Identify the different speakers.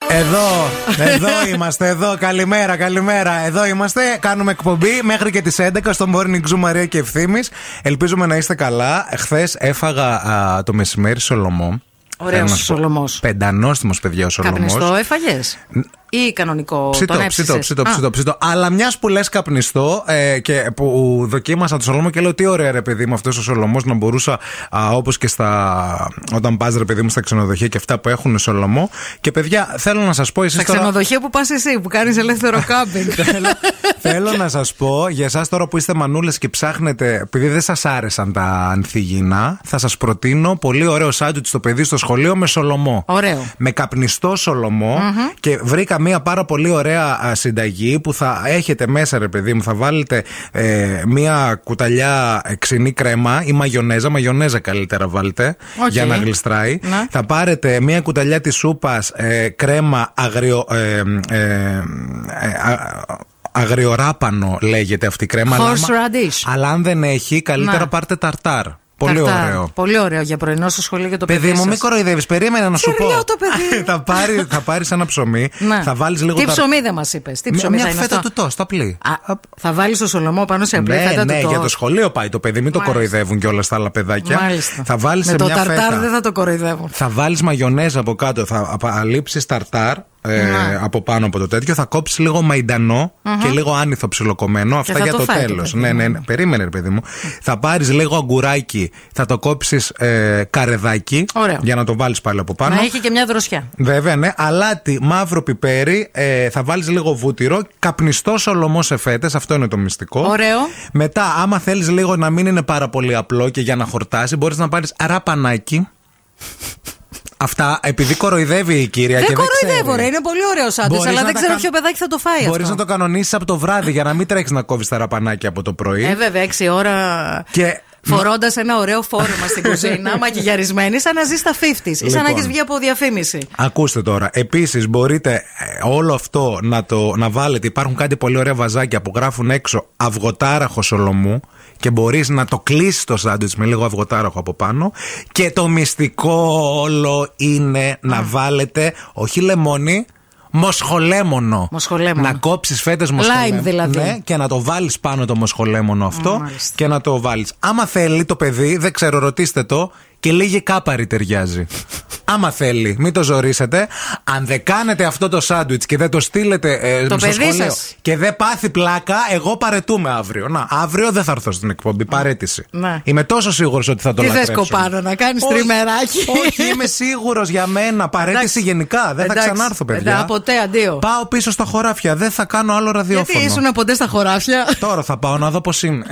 Speaker 1: Εδώ, εδώ είμαστε, εδώ. Καλημέρα, καλημέρα. Εδώ είμαστε. Κάνουμε εκπομπή μέχρι και τις 11 στο Morning Zoo Μαρία και Ευθύνη. Ελπίζουμε να είστε καλά. Χθες έφαγα α, το μεσημέρι σολομό.
Speaker 2: Ωραίος ο Σολομός.
Speaker 1: Πεντανόστιμος, παιδιά, ο Σολομός.
Speaker 2: Καπνιστό, έφαγες. Ή κανονικό.
Speaker 1: Ψητό,
Speaker 2: τον
Speaker 1: ψητό,
Speaker 2: έψησες?
Speaker 1: ψητό,
Speaker 2: Α,
Speaker 1: ψητό, ψητό. Αλλά μιας που λες καπνιστό ε, και που δοκίμασα το σολομό και λέω τι ωραία ρε παιδί μου αυτός ο σολομό να μπορούσα όπως και στα. όταν πας ρε παιδί μου στα ξενοδοχεία και αυτά που έχουν σολομό. Και παιδιά, θέλω να σας πω εσείς
Speaker 2: Στα
Speaker 1: τώρα.
Speaker 2: ξενοδοχεία που πας εσύ, που κάνεις ελεύθερο κάμπινγκ.
Speaker 1: Θέλω να σας πω για εσάς τώρα που είστε μανούλες και ψάχνετε, επειδή δεν σας άρεσαν τα ανθυγινά, θα σας προτείνω πολύ ωραίο σάντουιτ στο παιδί στο σχολείο με σολομό.
Speaker 2: Ωραίο.
Speaker 1: Με καπνιστό σολομό και βρήκα μία πάρα πολύ ωραία α, συνταγή που θα έχετε μέσα, ρε παιδί μου. Θα βάλετε ε, μία κουταλιά ε, ξινή κρέμα ή μαγιονέζα. Μαγιονέζα καλύτερα βάλτε
Speaker 2: Οκ.
Speaker 1: για να γλιστράει.
Speaker 2: Ναι.
Speaker 1: Θα πάρετε μία κουταλιά της σούπας ε, κρέμα αγριο. Ε, ε, ε, α- αγριοράπανο λέγεται αυτή η κρέμα. αλλά άμα-
Speaker 2: Horseradish.
Speaker 1: Αλλά αν δεν έχει, καλύτερα
Speaker 2: Ναι.
Speaker 1: πάρτε ταρτάρ. Πολύ
Speaker 2: Ταρτάρ.
Speaker 1: ωραίο.
Speaker 2: Πολύ ωραίο για πρωινό στο σχολείο για το παιδί.
Speaker 1: Παιδί μου,
Speaker 2: σας.
Speaker 1: μην κοροϊδεύεις. Περίμενα να σου πω.
Speaker 2: Ξεριό το παιδί.
Speaker 1: θα πάρει θα πάρεις ένα ψωμί.
Speaker 2: Ναι.
Speaker 1: Θα βάλεις λίγο
Speaker 2: Τι
Speaker 1: ταρ-
Speaker 2: ψωμί δεν μας είπες. Τι
Speaker 1: Μια,
Speaker 2: ψωμί
Speaker 1: μια
Speaker 2: θα είναι
Speaker 1: φέτα
Speaker 2: αυτό.
Speaker 1: του τόστ, απλή.
Speaker 2: Α, θα βάλεις το σολομό πάνω σε απλή
Speaker 1: Ναι,
Speaker 2: φέτα
Speaker 1: ναι,
Speaker 2: του
Speaker 1: για το
Speaker 2: τόστ.
Speaker 1: σχολείο πάει το παιδί, μην το
Speaker 2: Μάλιστα.
Speaker 1: κοροϊδεύουν και όλα στα άλλα παιδάκια.
Speaker 2: Μάλιστα.
Speaker 1: Θα βάλεις
Speaker 2: Με
Speaker 1: σε
Speaker 2: το
Speaker 1: μια
Speaker 2: ταρτάρ
Speaker 1: φέτα.
Speaker 2: δεν θα το κοροϊδεύουν.
Speaker 1: Θα βάλεις μαγιονέζα από κάτω, θα αλείψει ταρτάρ ε,
Speaker 2: Ναι.
Speaker 1: από πάνω από το τέτοιο, θα κόψεις λίγο μαϊντανό και λίγο άνηθο ψιλοκομμένο. Αυτά
Speaker 2: θα
Speaker 1: για
Speaker 2: το
Speaker 1: το,
Speaker 2: φάει το
Speaker 1: τέλος.
Speaker 2: παιδί
Speaker 1: Ναι,
Speaker 2: μου.
Speaker 1: ναι, ναι. Περίμενε, ρε παιδί μου. Θα πάρεις λίγο αγκουράκι, θα το κόψεις ε, καρεδάκι
Speaker 2: Ωραίο.
Speaker 1: για να το βάλεις πάλι από πάνω.
Speaker 2: Να έχει και μια δροσιά.
Speaker 1: Βέβαια, ναι. Αλάτι, μαύρο πιπέρι, ε, θα βάλεις λίγο βούτυρο, καπνιστός σολομό σε φέτες, αυτό είναι το μυστικό.
Speaker 2: Ωραίο.
Speaker 1: Μετά, άμα θέλεις λίγο να μην είναι πάρα πολύ απλό και για να χορτάσει, μπορείς να πάρεις ραπανάκι. Αυτά, επειδή κοροϊδεύει η κυρία
Speaker 2: Δεν
Speaker 1: και δεν
Speaker 2: κοροϊδεύω,
Speaker 1: ξέρει.
Speaker 2: ρε. Είναι πολύ ωραίο άντρε,
Speaker 1: Μπορείς
Speaker 2: αλλά
Speaker 1: να
Speaker 2: δεν
Speaker 1: τα
Speaker 2: ξέρω
Speaker 1: κάν-
Speaker 2: ποιο παιδάκι θα το φάει
Speaker 1: Μπορείς να
Speaker 2: αυτό.
Speaker 1: το κανονίσεις από το βράδυ για να μην τρέξει να κόβεις τα ραπανάκια από το πρωί.
Speaker 2: Ε, βέβαια, 6 ώρα.
Speaker 1: Και-
Speaker 2: Φορώντας ένα ωραίο φόρεμα στην κουζίνα, μακιγιαρισμένη, σαν να ζεις στα 50 ή σαν να
Speaker 1: Λοιπόν.
Speaker 2: έχει βγει από διαφήμιση.
Speaker 1: Ακούστε τώρα. Επίσης, μπορείτε ε, όλο αυτό να το να βάλετε. Υπάρχουν κάτι πολύ ωραία βαζάκια που γράφουν έξω αυγοτάραχος σολομού και μπορείς να το κλείσεις το σάντουιτ με λίγο αυγοτάραχο από πάνω. Και το μυστικό όλο είναι να βάλετε όχι λεμόνι. Μοσχολέμονο.
Speaker 2: Μοσχολέμονο.
Speaker 1: Να κόψεις φέτε μοσχολέμονο.
Speaker 2: Lime δηλαδή.
Speaker 1: Ναι, και να το βάλεις πάνω το μοσχολέμονο αυτό
Speaker 2: μάλιστα.
Speaker 1: και να το βάλεις. Άμα θέλει το παιδί, δεν ξέρω, ρωτήστε το και λίγη κάπαρη ταιριάζει. Άμα θέλει, μην το ζωρίσετε. Αν δεν κάνετε αυτό το σάντουιτ και δεν το στείλετε ε,
Speaker 2: Το
Speaker 1: στο
Speaker 2: παιδί
Speaker 1: σχολείο
Speaker 2: σας.
Speaker 1: και δεν πάθει πλάκα, εγώ παρετούμε αύριο. Να, αύριο δεν θα έρθω στην εκπομπή. Παρέτηση.
Speaker 2: Ναι.
Speaker 1: Είμαι τόσο σίγουρος ότι θα το
Speaker 2: Τι
Speaker 1: λατρέψω.
Speaker 2: θες κοπάνα, να κάνεις
Speaker 1: Όχι,
Speaker 2: τριμεράκι.
Speaker 1: Όχι, είμαι σίγουρος για μένα. Παρέτηση
Speaker 2: Εντάξει.
Speaker 1: γενικά. Δεν θα
Speaker 2: Εντάξει.
Speaker 1: ξανάρθω, παιδιά.
Speaker 2: Εντάξει, ποτέ, αντίο.
Speaker 1: Πάω πίσω στα χωράφια. Δεν θα κάνω άλλο ραδιόφωνο.
Speaker 2: Γιατί ήσουν ποτέ στα χωράφια.
Speaker 1: Τώρα θα πάω να δω πώς είναι.